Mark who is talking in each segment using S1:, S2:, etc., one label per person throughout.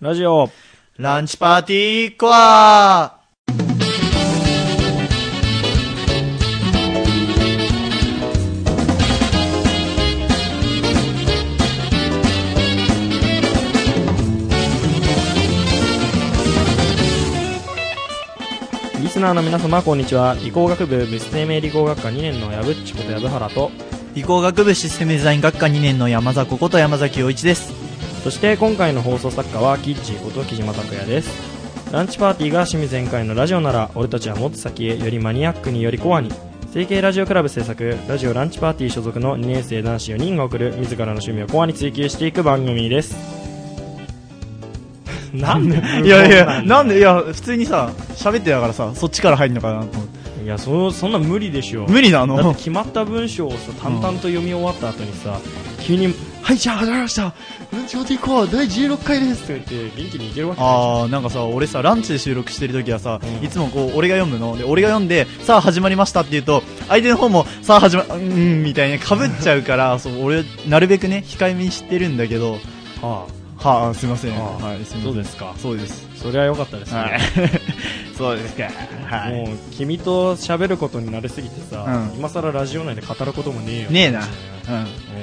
S1: ラジオ。
S2: ランチパーティーコア
S1: リスナーの皆様、こんにちは。理工学部物生命理工学科2年の矢ぶっちこと矢部原と、
S2: 理工学部システムデザイン学科2年の山崎こと山崎陽一です。
S1: そして今回の放送作家はキッチーこと木島拓也です。ランチパーティーが趣味全開のラジオなら、俺たちはもっと先へ、よりマニアックによりコアに、成形ラジオクラブ制作、ラジオランチパーティー所属の2年生男子4人が送る、自らの趣味をコアに追求していく番組です。 なんで
S2: いやいや、なんで、いや、普通にさ、喋ってだからさ、そっちから入るのかなと思って。
S1: いや、そ、そんな無理でしょ。
S2: 無理な
S1: だっ
S2: の
S1: て決まった文章をさ淡々と読み終わった後にさ、急に「はいじゃあ始まりましたランチオーティーコア第16回です」とか言って元気にいけるわけ
S2: あー、なんかさ、俺さ、ランチで収録してる時はさ、
S1: うん
S2: いつもこう、俺が読むの。で、俺が読んで、さあ始まりましたって言うと、相手の方も、さあ始ま、うんうん、みたいに被っちゃう から、そう、俺、なるべくね、控えめにしてるんだけど、
S1: は
S2: はあ、すいません。
S1: ああ
S2: はい、す
S1: あ
S2: いません。
S1: そうですか
S2: そうです。
S1: それは良かったですね、
S2: はい。そうですか。は
S1: もう君と喋ることに慣れすぎてさ、
S2: うん
S1: 今更ラジオ内で語ることもねえよ
S2: ねえな。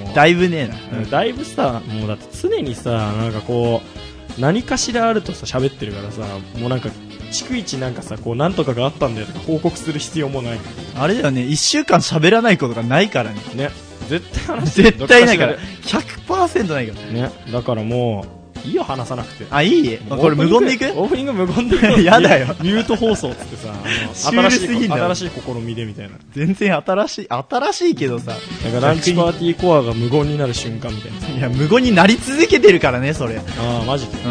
S2: うん。だいぶねえ
S1: も
S2: な。
S1: うだいぶさもうだって常にさなんかこう何かしらあるとさ喋ってるからさもうなんか逐一なんかさこうなんとかがあったんだよとか報告する必要もない
S2: あれだよね、一週間喋らないことがないからね。
S1: ね絶対話してる
S2: 絶対ないか
S1: どっ
S2: ら。
S1: し
S2: 100%ないから。
S1: でねだからもういいよ話さなくて
S2: あ、いいこれ無言でいく
S1: オープニング無言でい
S2: やだよ
S1: ミュート放送っつって さあの
S2: シ
S1: 新し
S2: ュールすぎ
S1: い
S2: んだろ
S1: 新しい試みでみたいな
S2: 全然新しい、新しいけどさ。
S1: なんかランチパーティーコアが無言になる瞬間みたいない
S2: や、無言になり続けてるからね、それ。うん。
S1: ああマジでい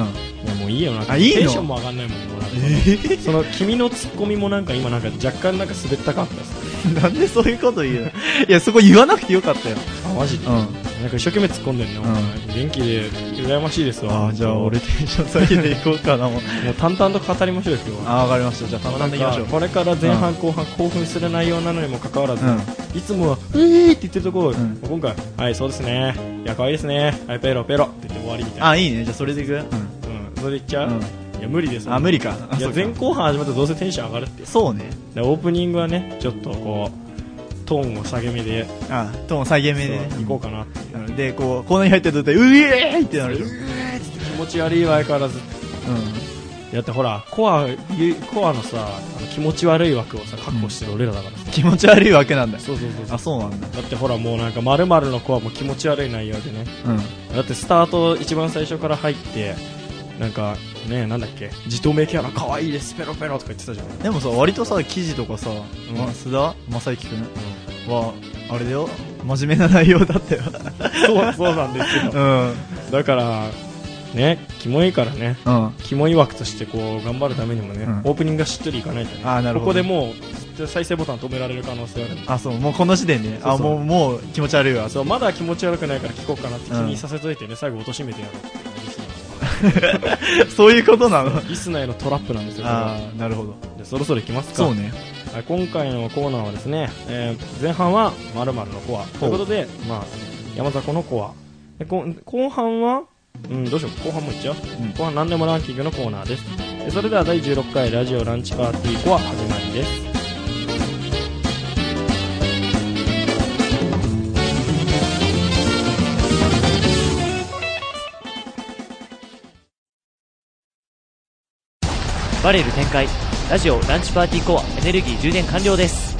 S1: やもういいよなんか
S2: あいいの
S1: テンションも上がんないもんもうなんかその君のツッコミもなんか今なんか若干なんか滑ったかったです
S2: なん でそういうこと言うのいや、そこ言わなくてよかったよ。
S1: あマジで、
S2: うん。
S1: なんか一生懸命突っ込んでるね、お前元気で羨ましいですわ
S2: あ、じゃあ俺テンション下げていこう かな、もう。
S1: もう淡々と語りましょうよ今日は
S2: あ、わかりました。じゃあ、たま
S1: な
S2: た
S1: ん
S2: んで
S1: か
S2: いきましょう。
S1: これから前半後半興奮する内容なのにもかかわらず、
S2: うん。
S1: いつもは「うえー!」って言ってるところ、
S2: ん
S1: 今回「はいそうですねいや可愛いですねはいペロペロ」って言って終わりみたいな、
S2: あ、いいね。じゃあ、それでいくうん。
S1: うん、それでいっちゃう、
S2: うん
S1: いや無理です
S2: あ、無理か。あ
S1: い
S2: そ
S1: や
S2: うか
S1: 前後半始まってどうせテンション上がるって
S2: そうね。
S1: でオープニングはねちょっとこうトーンを下げ目で
S2: あ、とも下げ目でね
S1: そう。行こうかなっていう、
S2: なので、こう、コーナーに入ってると、うえーいってなるでしょ。
S1: えーっつって気持ち悪いわ相変わらずやってほらコアゆコアのさあの気持ち悪い枠をさ確保してる俺らだからさ、
S2: 気持ち悪いわけなんだ。
S1: そうそうそうそ
S2: あ、
S1: う
S2: そうなんだ。
S1: だってほらもうなんかまるのコアも気持ち悪い内容でね
S2: うん。
S1: だってスタート一番最初から入ってなんかねなんだっけ自透明キャラ可愛いですペロペロとか言ってたじゃん、
S2: でもさ、割とさ、記事とかさ、
S1: ん
S2: まあ須田正幸くんは、あれだよ、真面目な内容だったよ。
S1: そうそうなんですよ
S2: うん。うん。
S1: だからねキモいからね
S2: あ
S1: キモい枠としてこう頑張るためにもね、
S2: うん
S1: オープニングがしっとりいかないとね
S2: あーなるほど
S1: ここでもう再生ボタン止められる可能性はある、
S2: そう、もうこの時点でね。
S1: そう
S2: あ、
S1: そう
S2: もう、もう気持ち悪いわ。
S1: そうまだ気持ち悪くないから聞こうかなって気
S2: う
S1: に
S2: ん
S1: させといてね、最後貶めてやろうっていうリスナー
S2: そういうことなの
S1: のリスナーへのトラップなんですよこれは
S2: あー、なるほど。
S1: じゃあそろそろ行きますか
S2: そうね。
S1: はい今回のコーナーはですね、えー前半はまるのコアということで、まあ、山迫のコアでこ後半は、うん、どうしよう後半もいっちゃう、
S2: うん
S1: 後半何でもランキングのコーナーですでそれでは第16回ラジオランチパーティーコア始まりです
S3: バレル展開ラジオランチパーティーコアエネルギー充電完了です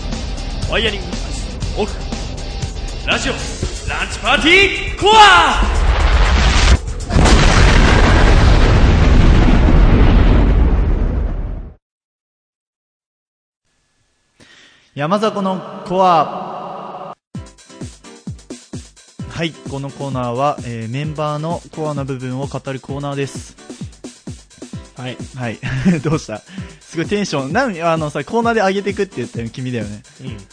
S4: ワイヤリングオフラジオランチパーティーコア
S2: 山迫のコアはいこのコーナーは、えーメンバーのコアな部分を語るコーナーです
S1: はい、
S2: はい どうしたすごいテンションなんあのさコーナーで上げてくって言ったよ君だよね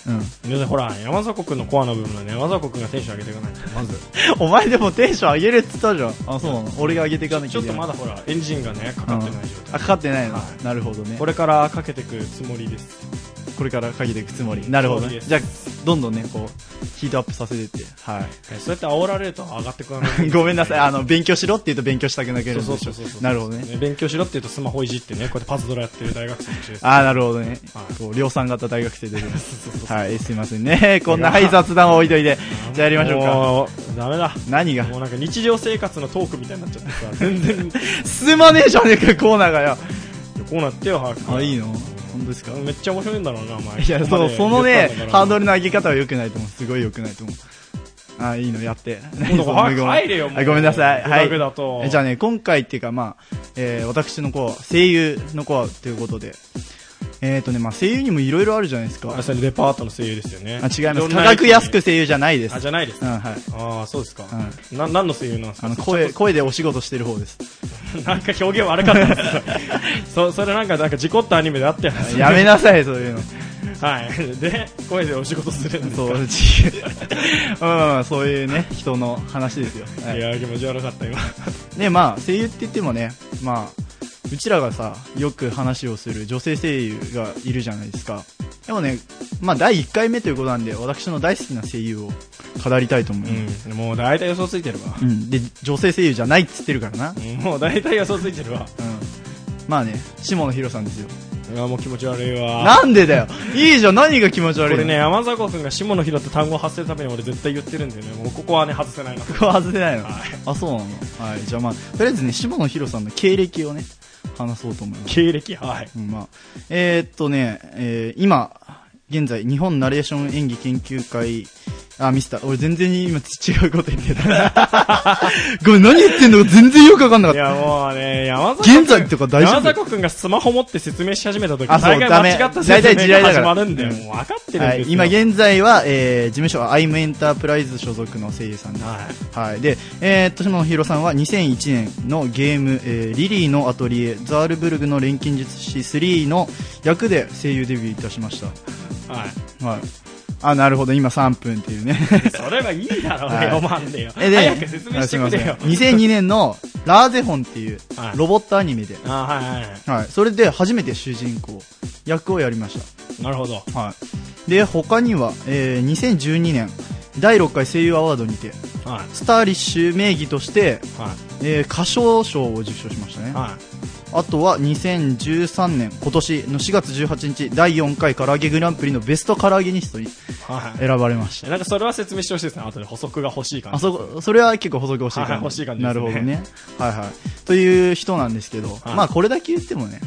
S1: うん
S2: うん
S1: 皆さんほら山迫君のコアな部分はね山迫君がテンション上げていかないとまず
S2: お前でもテンション上げるって言ったじゃんあそうなの俺が上げていかなき
S1: ち
S2: ゃ
S1: ょ
S2: い
S1: っ
S2: け
S1: と
S2: ない
S1: まだほらエンジンがねかかってない状
S2: あ
S1: 態
S2: かかってないの、
S1: はい
S2: なるほどね
S1: これからかけてくつもりです
S2: これからかけていくつもりなるほど、
S1: そう
S2: ね、
S1: です
S2: じゃあどんどんねこうヒートアップさせてって はい
S1: そうやって煽られると上がってくる
S2: ごめんなさいあの勉強しろって言うと勉強したくなくなるん
S1: そう
S2: で
S1: そう
S2: し
S1: そうそう
S2: ょなるほどね
S1: 勉強しろって言うとスマホいじってねこうやってパズドラやってる大学生の中です
S2: ああなるほどね
S1: はい
S2: こう量産型大学生出てますはいすいませんねこんなはい雑談を置いといてじゃあやりましょうか
S1: もうダメだ
S2: 何が
S1: もうなんか日常生活のトークみたいになっちゃって さ全然
S2: 進まねえじゃねえかコーナーがよ
S1: こうなってよ早く
S2: あいいの本当ですか
S1: めっちゃ面白いんだろうなお前
S2: いや
S1: ここ
S2: そ
S1: ま
S2: う
S1: で
S2: そのね
S1: 言ったんだから
S2: ハードルの上げ方は良くないと思うすごい良くないと思うああいいのやって
S1: 今度早く入れ よもう
S2: あごめんなさいはい
S1: グダグダと
S2: えじゃあね、今回っていうか、まあ、えー私のコア、声優のコアということで、えっ、とね、まあ、声優にもいろいろあるじゃないですか。あ、違
S1: あそれデパートの声優ですよね
S2: います。
S1: どんな
S2: 価格安く声優じゃないです。
S1: あじゃないです
S2: うん、はい。
S1: ああそうですか、
S2: う
S1: な何の声優なんですか
S2: あの、声、声でお仕事してる方です。
S1: なんか表現悪かったです そそれなんかなんか事故ったアニメであったよね
S2: やめなさい、そういうの。
S1: はいで声でお仕事するんですか
S2: そう、ちまあまあまあそういうね、人の話ですよ。はいい、
S1: やー気持ち悪かった今
S2: で、まあ、声優って言ってもね、まあ、うちらがさ、よく話をする女性声優がいるじゃないですか。でもね、まあ、第1回目ということなんで、私の大好きな声優を語りたいと思います。
S1: うんもう大体予想ついてるわ
S2: うん、で女性声優じゃないっつってるからな、うん、
S1: うんもう大体予想ついてるわ
S2: まあね下野紘さんですよ
S1: うわもう気持ち悪いわ
S2: なんでだよいいじゃん何が気持ち
S1: こ
S2: 悪いの
S1: れね山迫君が下野紘って単語を発するために俺絶対言ってるんでねもうここはね外せないな
S2: ここは外せないの、
S1: はい
S2: あそうなのはいじゃあまあとりあえずね下野紘さんの経歴をね話そうと思います、
S1: 経歴はい
S2: うんまあ、えー、っとね、えー今現在日本ナレーション演技研究会あ、ミスター。俺全然今違うこと言ってた。 ごめん、何言ってんのか全然よくわかんなか
S1: い
S2: った。
S1: やもうね山迫
S2: 現在とか大丈
S1: 山
S2: 夫
S1: 迫君がスマホ持って説明し始めた時
S2: あそう
S1: 大概
S2: ダ
S1: 間
S2: メ
S1: 違った説
S2: 大体地
S1: 明
S2: 雷
S1: が
S2: だ
S1: 始
S2: から
S1: まるんだよ
S2: うん
S1: もう分かってるん
S2: は
S1: で
S2: い、
S1: すよ
S2: 今現在は、えー、事務所はアイムエンタープライズ所属の声優さんで,、
S1: は
S2: はいでえー、っと下野紘さんは2001年のゲーム、えーリリーのアトリエザールブルグの錬金術師3の役で声優デビューいたしまし
S1: い、はい、
S2: た、はい、あなるほど今3分っていうね
S1: それはいいだろう、
S2: はい
S1: 読まんでよ
S2: えで
S1: 早く説明
S2: あ
S1: し
S2: す
S1: て
S2: い
S1: く
S2: ません
S1: れよ
S2: 2002年のラーゼホンっていう
S1: はい
S2: ロボットアニメで、
S1: あはいはいは
S2: はい、それで初めて主人公役をやりました
S1: いなるほど
S2: はい、で他には、えー2012年第6回声優アワードにて
S1: は
S2: スターリッシュ名義として、
S1: いは
S2: えー歌唱賞を受賞しましたね、
S1: いはい
S2: あとは2013年今年の4月18日第4回唐揚げグランプリのベスト唐揚げニストに
S1: はい
S2: 選ばれました
S1: なんかそれは説明してほしいですね後で補足が欲しい感
S2: あ
S1: じ
S2: そこそれは結構補足欲しい感じ,、
S1: はい欲しい感じです
S2: な
S1: ね
S2: るほどね、はいはい、という人なんですけど、
S1: い
S2: まあこれだけ言ってもね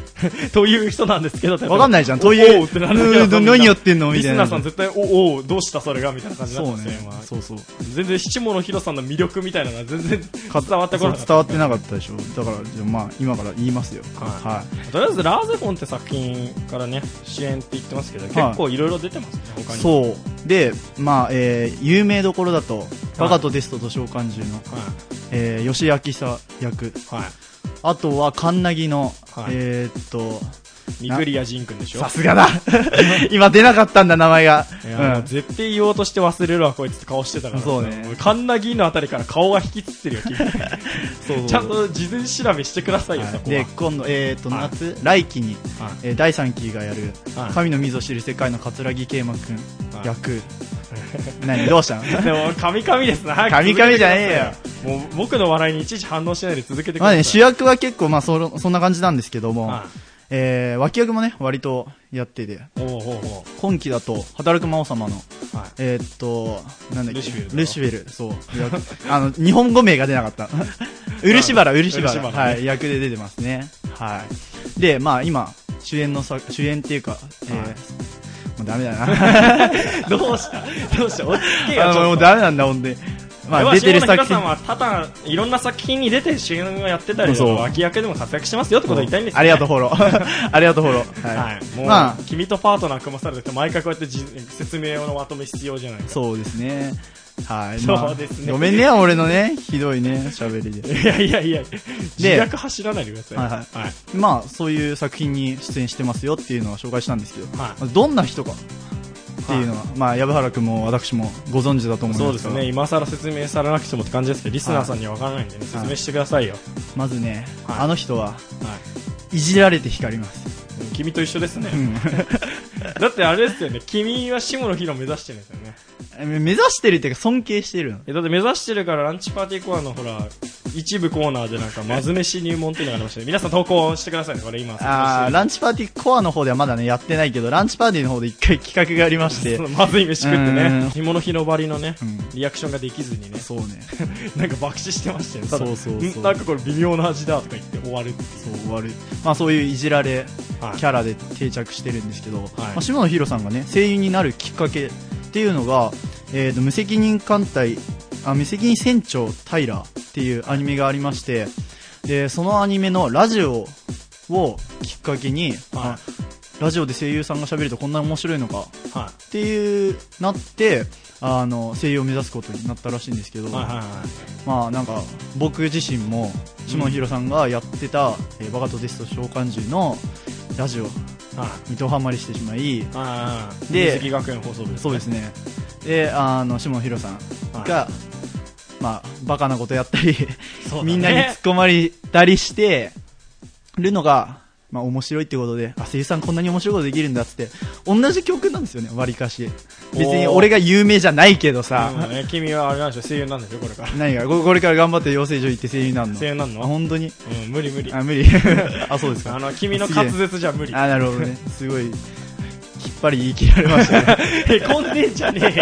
S1: という人なんですけど
S2: わかんないじゃん
S1: お
S2: という
S1: おうってなるけど
S2: うん何やってんのみ
S1: リ
S2: た
S1: ス
S2: い
S1: ナ
S2: な
S1: ーさん絶対おおうどうしたそれがみたいな感じ
S2: そ
S1: なん
S2: う
S1: です
S2: ね
S1: よ今
S2: そうそう
S1: 全然七野ひろさんの魅力みたいなのが全然伝わってこなか
S2: そ
S1: った
S2: う伝わってなかったでしょだからじゃあまあ今から言いますよ
S1: は
S2: は
S1: とりあえずラーゼフォンって作品からね支援って言ってますけど結構いろいろ出てますね
S2: い、
S1: 他にう
S2: そうでまあ、えー有名どころだと「バカとテストと召喚獣の」
S1: は
S2: えー吉明久役
S1: いはい
S2: あとはカンナギの、
S1: はい
S2: えーっと
S1: ミクリアジンくんでしょ
S2: さすがだ 今出なかったんだ名前が
S1: いやもう絶対言おうとして忘れるわこいつって顔してたから
S2: そうね
S1: カンナギーのあたりから顔が引きつってるよ君
S2: そうそう
S1: ちゃんと事前調べしてくださいよ、そ
S2: はい
S1: こは
S2: で今度、えーっと
S1: はい
S2: 夏、来期に、
S1: はい
S2: えー第3期がやる
S1: は
S2: 「
S1: い
S2: 神の水を知る世界」の桂木桂馬くん
S1: はい
S2: 役、 何どうしたの
S1: でも、カミカミ ですな。
S2: カミカミじゃね
S1: えよ。もう、僕の笑いにいちいち反応しないで続けてくだ
S2: まあ
S1: さい。
S2: ね、主役は結構、まあその、そんな感じなんですけども、
S1: はい
S2: えー脇役もね、割とやってて、
S1: おうおうお
S2: 今期だと、働く魔王様の、
S1: うはい。
S2: えーっと、なんだっけ、
S1: ルシフェルだ
S2: ルシフェルそう。役あの、日本語名が出な かった。漆原、漆
S1: 漆
S2: 原。
S1: 原ね
S2: はい、役で出てますね。はい。で、まあ今、主演のさ、主演っていうか、えー
S1: はい
S2: もうダメだ な。
S1: どうしたどうした落ち着けよ、ちょ
S2: あ
S1: っと
S2: のもうダメなんだ、ほんで。ま
S1: ま
S2: あ
S1: あ、
S2: 出てる
S1: 作
S2: 作
S1: 品さん
S2: 品。
S1: は多々いろんな作品に出て主演をやってたりだと
S2: そう
S1: 脇役でも活躍してますよってことを言いたいんですよ
S2: ありがとう、
S1: う
S2: フォロ ー。ありがとう、フォロー。はい。
S1: はい、もう、
S2: まあ
S1: 君とパートナー組まされてて毎回こうやってじ説明のまとめ必要じゃないか
S2: そうですね。はい。
S1: そう
S2: まあ
S1: ですね
S2: ごめんね、俺のね、ひ どいね、喋りで。
S1: いやいやいや自虐走らないでください
S2: はいはい
S1: はい
S2: まあ、そういう作品に出演してますよっていうのは紹介したんですけど、
S1: はい
S2: まあどんな人かっていうのは、まあ、藪原君も私もご存知だと思います
S1: そうです
S2: が
S1: ね、今更説明されなくてもって感じですけど、リスナーさんには分からないんでね、
S2: い
S1: 説明してくださいよ。
S2: まずね、
S1: はい
S2: あの人は
S1: はい
S2: じられて光ります。
S1: 君と一緒ですね。
S2: うん
S1: だってあれですよね、君は下野紘目指してるんですよね。
S2: 目指してるっていうか尊敬してるの
S1: えだって目指してるからランチパーティーコアのほら、一部コーナーでなんか、まず飯入門っていうのがありましたね。皆さん投稿してくださいね、これ今。
S2: あーランチパーティーコアの方ではまだねやってないけどランチパーティーの方で一回企画がありまして
S1: そのまずい飯食って
S2: う
S1: ね
S2: ん、
S1: 紐の広ばりのね、
S2: うん
S1: リアクションができずにね、
S2: そうね
S1: なんか爆死してましたよね。ただ
S2: そうそうそうん
S1: なんかこれ微妙な味だとか言って終わる。
S2: そう悪いまあそういういじられ
S1: はい
S2: キャラで定着してるんですけど、ま
S1: は
S2: あ、
S1: い
S2: 下野紘さんがね声優になるきっかけっていうのが、えー、と無責任艦隊あ無責任船長タイラっていうアニメがありましてでそのアニメのラジオをきっかけに、あ
S1: は
S2: ラジオで声優さんが喋るとこんな面白いのかっ
S1: は
S2: ていうなってあの声優を目指すことになったらしいんですけど、
S1: い。はいはいはい。
S2: まあなんか僕自身も下野紘さんがやってた、えーバカとテスト召喚獣のラジオ
S1: はい
S2: にドハマりしてしまい
S1: ああ
S2: で
S1: 水木学園放送部です
S2: そうですねであの下野紘さんが、まあバカなことやったり、
S1: そうだね
S2: みんなに突っ込まれたりしてるのが、まあ、面白いってことであ声優さんこんなに面白いことできるんだっつって同じ曲なんですよねわりかし別に俺が有名じゃないけどさ、
S1: うんね君はあれなんでしょ声優なんでしょこれから
S2: 何がここれから頑張って養成所行って声優になるの
S1: 声優なん
S2: あ
S1: の
S2: 本当に
S1: うん無理無理
S2: あ無理あそうです か
S1: あの君の滑舌じゃ無理
S2: あなるほどねすごいきっぱり言い切られましたね
S1: へこんでんじゃねえ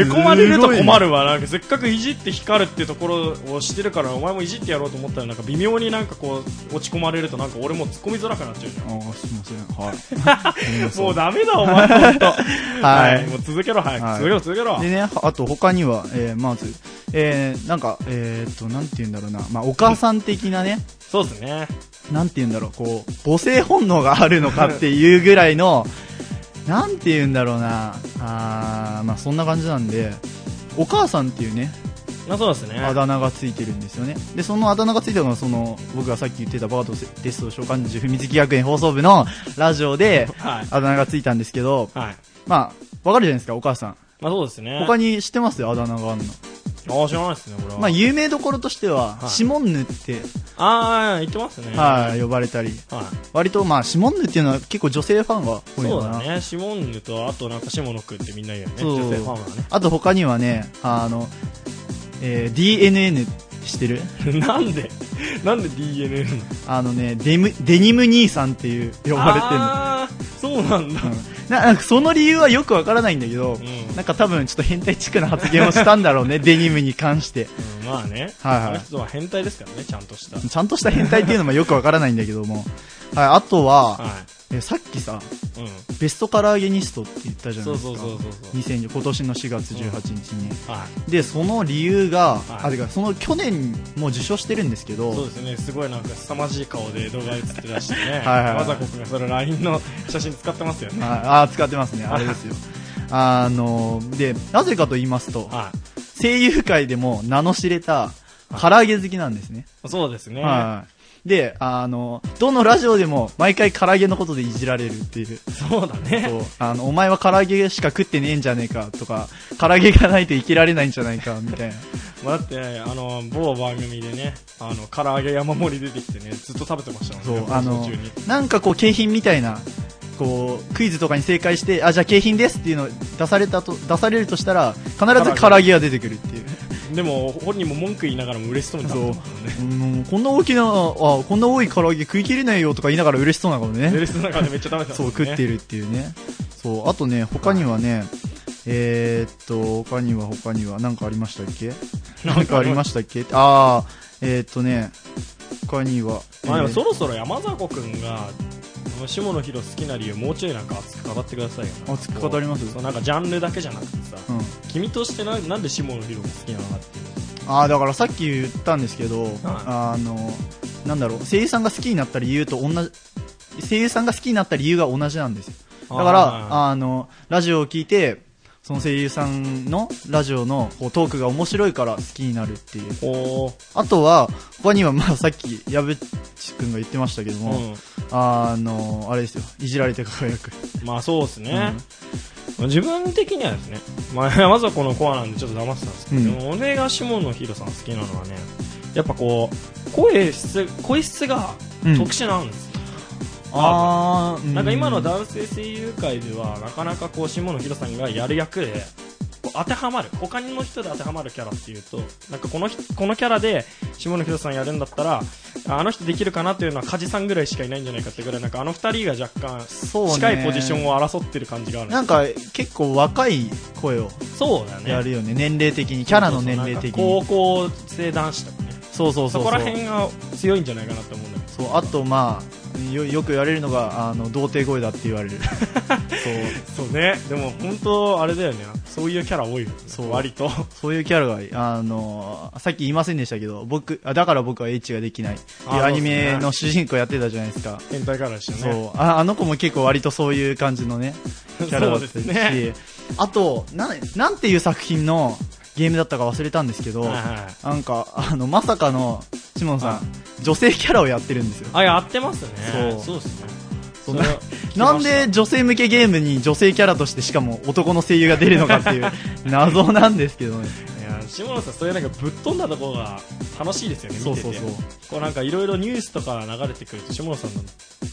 S1: よへこまれると困るわなんかせっかくいじって光るってところをしてるからお前もいじってやろうと思ったらなんか微妙になんかこう落ち込まれるとなんか俺も突っ込みづらくなっ ちゃうじゃん
S2: あすいませんはい
S1: もうダメだお 前本当
S2: はい
S1: もう続けろ早く
S2: はい
S1: 続けろ続けろ
S2: でね、あと他には、えーまず、えーなんか、えーっと、なんて言うんだろうな、まあ、お母さん的なね、
S1: そうですね
S2: なんて言うんだろう、こう、母性本能があるのかっていうぐらいの、なんて言うんだろうな、あーまあ、そんな感じなんで、お母さんっていうね、
S1: まあそうですね
S2: あだ名がついてるんですよね。で、そのあだ名がついたのが、その、僕がさっき言ってたバートテスト召喚獣踏み月学園放送部のラジオ で、
S1: はい
S2: あだ名がついたんですけど、
S1: はい
S2: まあ、わかるじゃないですか、お母さん。
S1: まあそうですね
S2: 他に知ってますよ、あだ名があるの。
S1: ああ知らないですね俺は
S2: まあ、有名どころとしては、
S1: はい
S2: シモンヌって、
S1: ああ言ってますね
S2: はい、呼ばれたり、
S1: はい
S2: 割と、まあ、シモンヌっていうのは結構女性ファンが多い
S1: そ
S2: の
S1: う
S2: かな。
S1: だね、シモンヌと、あとなんか下野くんってみんな言うよね、
S2: そう
S1: 女性ファンはね。
S2: あと他にはね、あの、えー DNN してる
S1: なんで、なんで DNA なの
S2: あのね、デム、デニム兄さんっていう、呼ばれてるの。
S1: あーそうなんだ。
S2: うんななんかその理由はよくわからないんだけど、
S1: ん
S2: なんか多分ちょっと変態チックな発言をしたん だろうね、デニムに関して。
S1: うんまあね、
S2: はいはい
S1: あの人は変態ですからね、ちゃんとした。はい。
S2: ちゃんとした変態っていうのもよくわからないんだけども。はい、あとは、えさっきさ、
S1: うん。
S2: ベストカラーゲニストって言ったじゃない
S1: そう
S2: ですか。
S1: そうそうそうそう。
S2: 2010今年の4月18日に。
S1: はい。
S2: で、その理由が、
S1: はい
S2: あ、てか、その去年も受賞してるんですけ
S1: そう
S2: ど、
S1: ですね、すごいなんか凄まじい顔で動画映ってらしてね、
S2: はいはい
S1: わざこくんがそれ LINE の写真使ってますよね。
S2: ああー、使ってますね、あれです よ。あの、で、なぜかと言いますと、
S1: は
S2: 声優界でも名の知れた、唐揚げ好きなんですね。
S1: い。そうですね。
S2: はい。で、あの、どのラジオでも毎回唐揚げのことでいじられるっていう。
S1: そうだね。
S2: そうあの、お前は唐揚げしか食ってねえんじゃねえかとか、唐揚げがないと生きられないんじゃないか、みたいな。
S1: まあだって、あの、某番組でね、あの、唐揚げ山盛り出てきてね、ずっと食べてましたもん
S2: そ
S1: ね、
S2: う、あ
S1: 放
S2: の
S1: 送中に、
S2: なんかこう景品みたいな、こう、クイズとかに正解して、あ、じゃあ景品ですっていうのを出されたと、出されるとしたら、必ず唐揚げが出てくるっていう。
S1: でも本人も文句言いながらも嬉しそうに食べてますもんね
S2: うん、こんな大きな、あ、こんな多い唐揚げ食い切れないよとか言いながら 嬉しそうなことね。
S1: 嬉しそうな顔でめっちゃ食べてます
S2: そう、
S1: もんね
S2: 食ってるっていうね。そう、あとね、他にはね、えーっと、他には他には、なんかありましたっけなんかありましたっけあー、えーっとね、他には。
S1: まあでも
S2: えー
S1: そろそろ山里くんがあの下野紘好きな理由もうちょいなんか熱く語ってくださいよ
S2: 熱く語ります
S1: そうなんかジャンルだけじゃなくてさ
S2: うん。
S1: 君としてななんで下野紘が好きなのかっていう
S2: あーだからさっき言ったんですけど、あのなんだろう声優さんが好きになった理由と同じ声優さんが好きになった理由が同じなんですよだから
S1: あ
S2: あのラジオを聞いてその声優さんのラジオのこうトークが面白いから好きになるっていう
S1: おー
S2: あとは他にはまあさっき矢渕君が言ってましたけども、
S1: う
S2: あのあれですよいじられて輝く
S1: んまあそうですね、自分的にはですね、まあ、 山里のコアなんでちょっと騙ってたんですけど、
S2: うん
S1: でも俺が下野紘さん好きなのはねやっぱこう声質声質が
S2: うん
S1: 特殊なんですよ、
S2: あー
S1: なんか今の
S2: だ
S1: 男性声優界ではなかなかこう下野紘さんがやる役でこう当てはまる他の人で当てはまるキャラっていうとなんかこの人このキャラで下野紘さんやるんだったらああの人できるかなというのは梶さんぐらいしかいないんじゃないかってぐらいなんかあの二人が若干
S2: そうね
S1: 近いポジションを争ってる感じがある
S2: なんか結構若い声を
S1: そうだね
S2: やるよね年齢的にキャラの年齢的
S1: そうそ
S2: に
S1: うなんか高校生男子とかね
S2: そうそう
S1: そ
S2: そう
S1: こ
S2: そ
S1: ら
S2: う
S1: 辺が強いんじゃないかなと思うんだけど
S2: そうあとまあよよく言われるのがあの童貞声だって言わ れるそう
S1: そうねでも本当あれだよねそういうキャラ多いよね
S2: そう
S1: 割と
S2: そういうキャラがあのさっき言いませんでしたけど僕あだから僕は H ができないって
S1: あ
S2: い
S1: ー
S2: う
S1: そうで
S2: アニ
S1: すね
S2: メの主人公やってたじゃないですか
S1: 変態キャラでしたね
S2: そうああの子も結構割とそういう感じ のねキャラだった
S1: そう
S2: し、
S1: ですね
S2: あとななんていう作品のゲームだったか忘れたんですけど、
S1: はいはい
S2: なんかあのまさかの下野さ
S1: は
S2: ん女性キャラをやってるんですよ
S1: あ、やってますね。
S2: そう
S1: うですね。
S2: そ
S1: そ
S2: ん
S1: ん
S2: な
S1: な、
S2: なんで女性向けゲームに女性キャラとしてしかも男の声優が出るのかっていう 謎なんですけどね
S1: いや、下野さん、そういうなんかぶっ飛んだところが楽しいですよね、見て
S2: そう
S1: て。
S2: そうそう
S1: こうなんかいろいろニュースとか流れてくると、下野さんの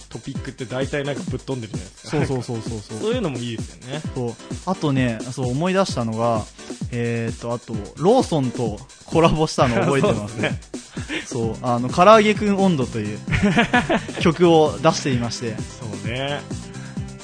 S1: トピックって大体なんかぶっ飛んでるじゃないですか。
S2: そうそうそうそうそ う
S1: そういうのもいいですよね。
S2: そうあとねそう思い出したのがえー、とあとローソンとコラボしたの覚えてますね そうあの唐揚げくん温度と いう曲を出していまして
S1: そうね。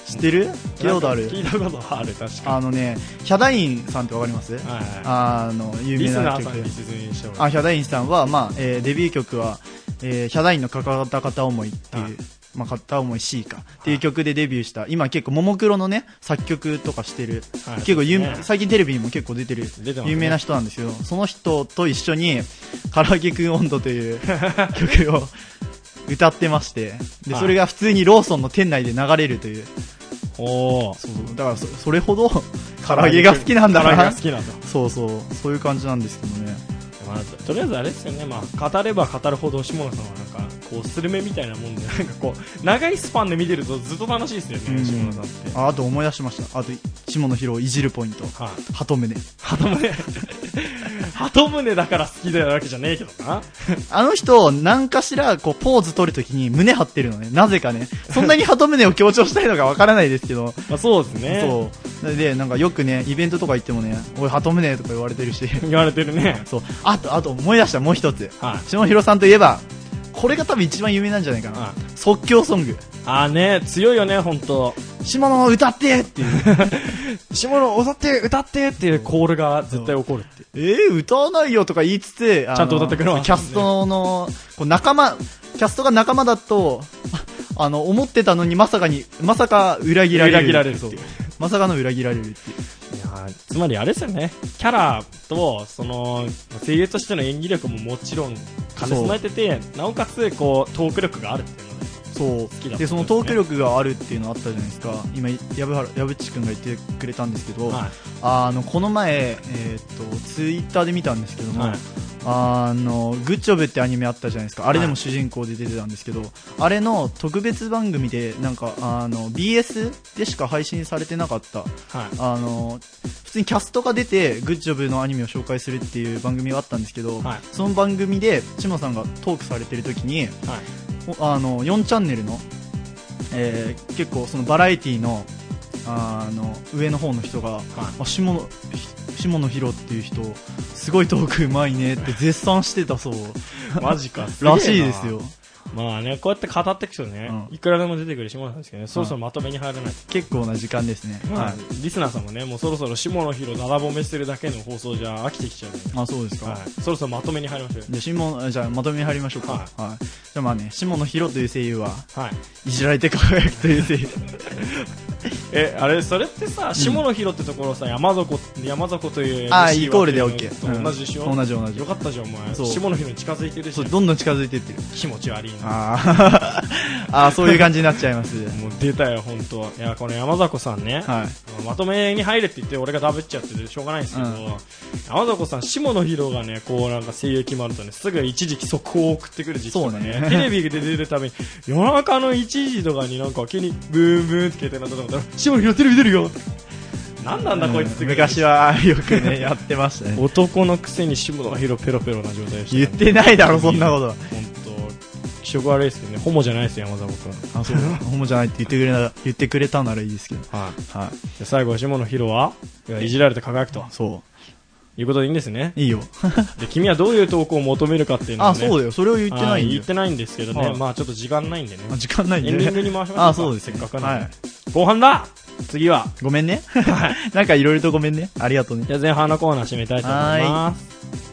S2: 知ってる聞いたことある
S1: 聞いたことはある、確か
S2: あのねヒャダインさんってわかります
S1: に。はいは
S2: あの
S1: い。
S2: 有
S1: リ
S2: 名
S1: スナ
S2: な
S1: ーさ
S2: 曲
S1: んに出演してもら
S2: あ
S1: う。
S2: ヒャダインさんは、まあえーデビュー曲は、えーヒャダインのかかった片思いっていう、
S1: はい
S2: まあ、片思い C かっていう曲でデビューした、今結構ももクロのね作曲とかしてる、
S1: はい
S2: 結構有名
S1: そうですね
S2: 最近テレビにも結構出てる
S1: 出てますね
S2: 有名な人なんですけどその人と一緒に「唐揚げくん温度」という 曲を歌ってましてで
S1: はい
S2: それが普通にローソンの店内で流れるという
S1: おー。
S2: そうそうだからそそれほど唐揚げが好きなんだ
S1: 唐揚げ
S2: な
S1: が好きなんだ。
S2: そうそうそういう感じなんですけどね
S1: まあ、とりあえずあれですよね、まあ、語れば語るほど下野さんはなんかこうスルメみたいなもんで なんかこう長いスパンで見てるとずっと楽しいですよね、
S2: うん
S1: 下野さんって。
S2: ああと思い出しましたあと下野紘をいじるポイント
S1: はい、
S2: 鳩胸
S1: 鳩胸鳩胸だから好きだよわけじゃねえけどな
S2: あの人何かしらこうポーズ取るときに胸張ってるのねなぜかねそんなに鳩胸を強調したいのかわからないですけど
S1: まあそうですね
S2: そうでなんかよくねイベントとか行ってもねおい鳩胸とか言われてるし
S1: 言われてるね
S2: そうあとあと思い出したもう一つ
S1: はい、
S2: 下野紘さんといえばこれが多分一番有名なんじゃないかな、
S1: はい
S2: 即興ソング
S1: ああね強いよね本当。
S2: 下野歌ってっていう
S1: 下野踊って歌ってっていうコールが絶対起こるっていう
S2: えー、歌わないよとか言いつつ、あの
S1: ちゃんと歌ってくれますね
S2: キャストの、こう仲間、キャストが仲間だと、ああの、思ってたのにまさかに、まさか裏切られる。
S1: 裏切られるっていう
S2: そうまさかの裏切られるっていう。
S1: いやーつまりあれですよねキャラとその声優としての演技力ももちろん兼ね備えててなおかつこうトーク力があるっていうのね
S2: そう
S1: きだったんですね
S2: で、そのトーク力があるっていうのあったじゃないですか。今、矢部原矢部っちくんが言ってくれたんですけど、
S1: は
S2: あの、この前、えーっと、ツイッターで見たんですけど
S1: い
S2: も、
S1: はい
S2: あの、グッジョブってアニメあったじゃないですか。あれでも主人公で出てたんですけど、あれの特別番組で、なんか、あの、BS でしか配信されてなかった、
S1: はい
S2: あの、普通にキャストが出て、グッジョブのアニメを紹介するっていう番組があったんですけど、
S1: はい
S2: その番組で、チモさんがトークされてる時に、
S1: はい
S2: おあの、4チャンネルの、えー結構そのバラエティの、あの、上の方の人が、
S1: はい
S2: あ下野ひ下野紘っていう人すごいトークうまいね って絶賛してたそう
S1: マジか。すげえな
S2: らしいですよ。
S1: まあね、こうやって語っていくとね、
S2: う
S1: いくらでも出てくる下野さんですけどね、そろそろまとめに入らない
S2: 結構な時間ですね、
S1: と、
S2: は
S1: はいリスナーさんもね、もうそろそろ下野紘だだ褒めしてるだけの放送じゃ飽きてきちゃうんで、
S2: いあそうですか、
S1: はい、そろそろまとめに入りましょうよ
S2: で下野じゃあまとめに入りましょうか、は
S1: はい
S2: じゃあまあね下野紘という声優は
S1: はい。
S2: いじられて輝くとい う声優
S1: え、あれ、それってさ、下野紘ってところさ、山底、山底という MC
S2: あーイコールで
S1: わけ
S2: OK
S1: と同じでしょ、
S2: うん同じ同じ
S1: よかったじゃん、お前。
S2: そう
S1: 下野紘に近づいてるし
S2: そう、どんどん近づいていってる
S1: 気持ち悪いな。
S2: あー あーそういう感じになっちゃいます
S1: もう出たよ、本当いや、この山里さんね、
S2: はい
S1: まとめに入れって言って俺がダブっちゃっててしょうがないんですけど、
S2: うん
S1: 山里さん、下野紘がねこうなんか声優決まるとねすぐ一時期速報を送ってくる時期とか
S2: そ
S1: ね
S2: うね
S1: テレビで出るために夜中の1時とかになんか急にブーンブーンって携帯鳴ったと思ったら下野紘テレビ出るよなんなんだこいつって
S2: うん昔はよくねやってま したね
S1: 男のくせに下野紘ペロペロな状態でしたね
S2: 言ってないだろそんなことは
S1: 本当気色悪いですけどねホモじゃないですよ山里君
S2: あそうホモじゃないって言ってくれな言ってくれたならいいですけど
S1: はい
S2: はい
S1: じゃあ最後下野紘はいやいじられて輝くと
S2: そ
S1: いうことでいいんですね
S2: ういいよ
S1: で君はどういう投稿を求めるかっていうのを、ね、
S2: あそうだよそれを言ってない
S1: は
S2: んだ
S1: 言
S2: よ
S1: ってないんですけどね、
S2: はい
S1: まあちょっと時間ないんでね
S2: あ時間ないん
S1: エ
S2: で
S1: ンディン
S2: ね
S1: グに回しましょうか
S2: あそうです
S1: せっかくな
S2: は
S1: んで
S2: い
S1: 後半だ次は
S2: ごめんねなんかいろいろとごめんねありがとうね
S1: じゃあ前半のコーナー締めたいと思います